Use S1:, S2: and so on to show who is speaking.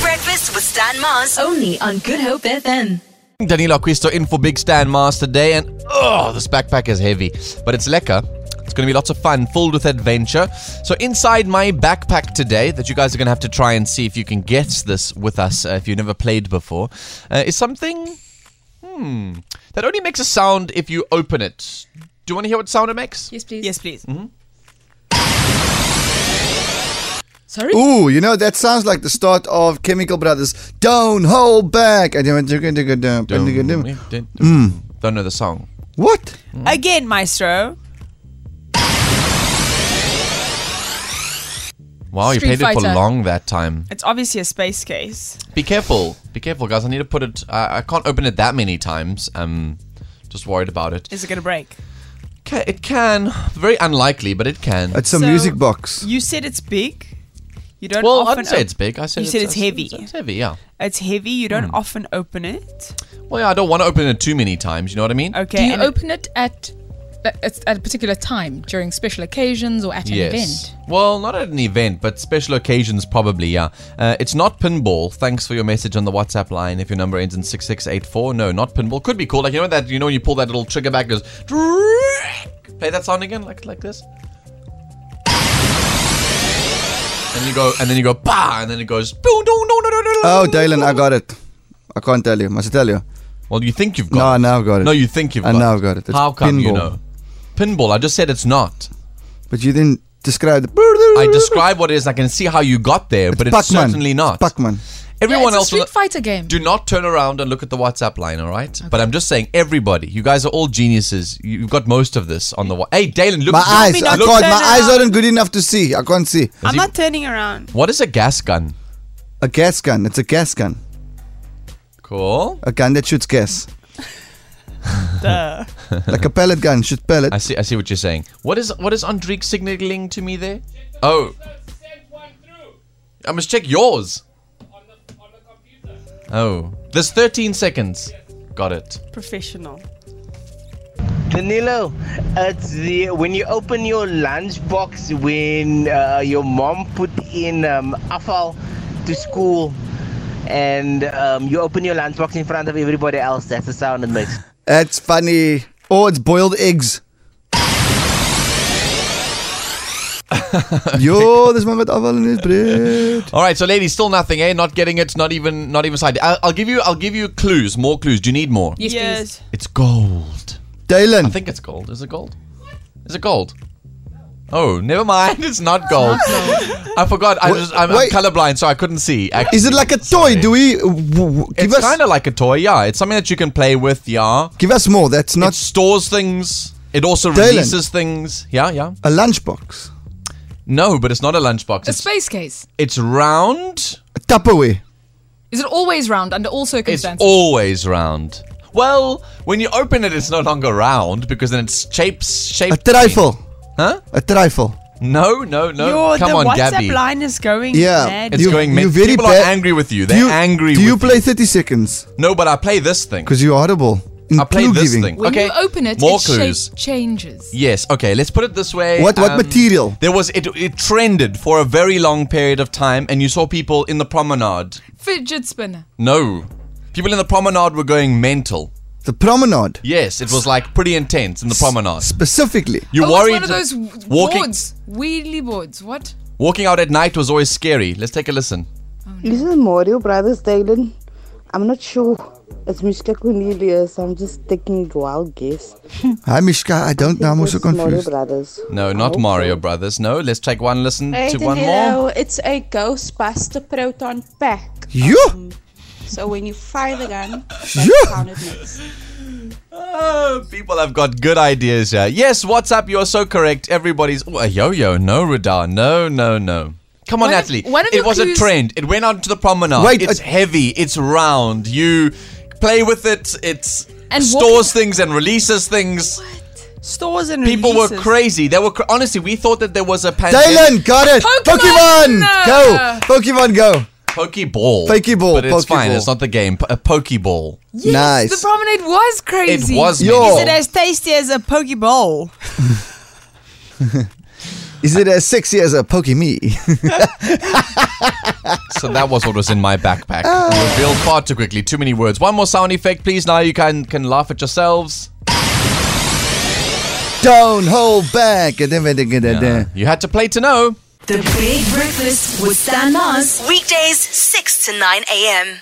S1: Breakfast with Stan Mars.
S2: Only on Good Hope FM.
S3: Danilo Quisto in for Big Stan Mars today, and oh, this backpack is heavy, but it's lekker. It's going to be lots of fun, filled with adventure. So, inside my backpack today, that you guys are going to have to try and see if you can guess this with us uh, if you've never played before, uh, is something hmm, that only makes a sound if you open it. Do you want to hear what sound it makes?
S4: Yes, please.
S5: Yes, please.
S4: Sorry?
S6: Ooh, you know that sounds like the start of Chemical Brothers. Don't hold back.
S4: Hmm.
S3: Don't, don't know the song.
S6: What?
S5: Again, maestro.
S3: Wow, you
S4: Street
S3: played it for
S4: Fighter.
S3: long that time.
S5: It's obviously a space case.
S3: Be careful. Be careful, guys. I need to put it. I I can't open it that many times. Um, just worried about it.
S5: Is it going to break?
S3: Ca it can. Very unlikely, but it can.
S6: It's a
S5: So-
S6: music box.
S5: You said it's big. You don't
S3: well, I
S5: often
S3: didn't say
S5: op-
S3: it's big. Hmm. I said
S5: you said it's
S3: I
S5: heavy.
S3: It's, it's heavy, yeah.
S5: It's heavy. You don't often open it.
S3: Well, yeah, I don't want to open it too many times. You know what I mean?
S5: Okay.
S4: Do you
S5: and it-
S4: open it at, at at a particular time during special occasions or at an
S3: Yes.
S4: event?
S3: Well, not at an event, but special occasions probably, yeah. Uh, it's not pinball. Thanks for your message on the WhatsApp line if your number ends in 6684. No, not pinball. Could be called like you know that you know when you pull that little trigger back it goes play that sound again like like this. And you go and then you go bah and then it goes boom no no no no no.
S6: Oh, Dylan, I got it. I can't tell you. Must I tell you?
S3: Well, you think you've
S6: No,
S3: got
S6: I
S3: it.
S6: now got it.
S3: No, you think you've
S6: I
S3: got it.
S6: now got it. It's
S3: How come you
S6: pinball.
S3: know? Pinball. I just said it's not.
S6: But you didn't describe the.
S3: I describe what it is. I can see how you got there, but it's
S6: Pac-Man.
S3: certainly not.
S6: Pac-Man.
S4: Yeah,
S3: Everyone
S4: it's a
S3: else,
S4: Street
S3: will-
S4: Fighter game.
S3: do not turn around and look at the WhatsApp line, all right? But I'm just saying, everybody, you guys are all geniuses. You- You've got most of this on the. Wa- hey, Dalen, look.
S6: My
S3: look-
S6: eyes.
S5: not
S6: I
S3: look-
S6: can't.
S5: turn
S6: My eyes
S5: around.
S6: aren't good enough to see. I can't see.
S5: I'm
S3: he-
S5: not turning around.
S3: What is a gas gun?
S6: A gas gun. It's a gas gun.
S3: Cool.
S6: A gun that shoots gas.
S5: Duh.
S6: Like a pellet gun. Shoots pellet.
S3: I see. I see what you're saying. What is what is Andrique signaling to me there? Oh,
S7: sent one through
S3: I must check yours.
S7: on the on the computer.
S3: Oh, there's 13 seconds. Got it.
S5: Professional.
S8: Danilo, it's the when you open your lunchbox when uh, your mom put in um, afal to school, and um, you open your lunchbox in front of everybody else. That's the sound it makes.
S6: That's funny. Oh, it's boiled eggs. Yo, this man met afval in his bread.
S3: All right, so ladies, still nothing, eh? Not getting it. Not even. Not even side. I'll, I'll give you. I'll give you clues. More clues. Do you need more?
S4: Yes, please.
S3: It's gold.
S6: Dylan,
S3: I think it's gold. Is it gold? Is it gold? Oh, never mind. It's not gold. I forgot. I
S6: Wha-
S3: just, I'm, I'm
S6: wait.
S3: colorblind, so I couldn't see. actually.
S6: is it like a toy?
S3: Sorry.
S6: Do we w- w- give
S3: It's
S6: us
S3: kind of like a toy. Yeah, it's something that you can play with. Yeah,
S6: give us more? That's not
S3: it stores things. It also
S6: Dylan.
S3: releases things. Yeah, yeah.
S6: a lunchbox.
S3: No, but it's not a lunchbox.
S4: A
S3: It's,
S4: space case.
S3: it's round.
S6: A Tupperware.
S4: Is it always round under all
S3: It's
S4: circumstances?
S3: always round. Well, when you open it, it's no longer round because then it's shapes
S6: A
S3: shaped.
S6: trifle.
S3: Huh?
S6: A trifle.
S3: No, no, no.
S5: Your,
S3: Come
S5: the
S3: on,
S5: WhatsApp
S3: Gabby.
S5: line is going
S6: Yeah.
S5: mad.
S3: It's
S6: You-
S3: going. men-
S6: you very
S3: People are
S6: bad-
S3: angry with you.
S6: Do
S3: They're angry.
S6: Do you
S3: with
S6: play 30 seconds?
S3: No, but I play this thing.
S6: Because you're audible. In
S3: I play
S6: clue
S3: this
S6: giving.
S3: thing.
S4: when
S3: okay.
S4: you open it,
S3: More
S4: its
S3: clues.
S4: shape changes.
S3: Yes. Okay. Let's put it this way. Um,
S6: What- what material?
S3: There was it. It trended for a very long period of time, and you saw people in the promenade.
S4: Fidget spinner.
S3: No, people in the promenade were going mental.
S6: The promenade.
S3: Yes, it was like pretty intense in the promenade.
S6: Specifically.
S3: You
S4: oh,
S3: worried
S4: it's one of those w-
S3: walking
S4: boards, wheelie boards. What?
S3: walking out at night was always scary. Let's take a listen.
S9: This is Mario Brothers Dylan. I'm not sure. It's Mishka Cornelius. I'm just taking a wild guess.
S6: Hi, Mishka. I don't know. I'm also
S9: It's Mario
S6: confused.
S9: Brothers.
S4: Oh,
S3: No, not
S9: Okay.
S3: Mario Brothers. No, let's take one listen
S10: Hey,
S3: to one
S10: Danilo,
S3: more.
S10: it's a Ghostbuster proton pack.
S6: You?
S10: So when you fire the gun, that's
S6: Yeah.
S10: how it makes.
S3: Oh, people have got good ideas here. Yes, WhatsApp, you are so correct. Everybody's oh, a yo-yo. No, Radar. No, no, no. Come
S4: One
S3: on,
S4: of-
S3: Natalie.
S4: one of
S3: it
S4: your
S3: was
S4: clues-
S3: a trend. It went out to the promenade.
S6: Wait,
S3: it's
S6: uh,
S3: heavy. It's round. You play with it. It's
S4: And
S3: stores things and releases things.
S5: Stores and
S3: People were
S5: releases.
S3: crazy. They were cr- honestly. We thought that there was a pandemic.
S6: Dylan, got it.
S4: Pokemon!
S6: Pokemon.
S4: No.
S6: Go. Pokemon, go.
S3: Pokeball.
S6: Pokeball,
S3: But it's fine.
S6: Pokeball.
S3: It's not the game. P- a Pokeball.
S4: Yes,
S6: Nice.
S4: The promenade was crazy.
S3: It was.
S6: Yo.
S3: mental.
S5: Is it as tasty as a poke bowl?
S6: Is it as sexy as a poke me?
S3: So that was what was in my backpack. Revealed far too quickly. Too many words. One more sound effect, please. Now you can can laugh at yourselves.
S6: Don't hold back. Yeah.
S3: You had to play to know.
S2: The Big Breakfast with Stan Mars. Weekdays, 6 to 9 a.m.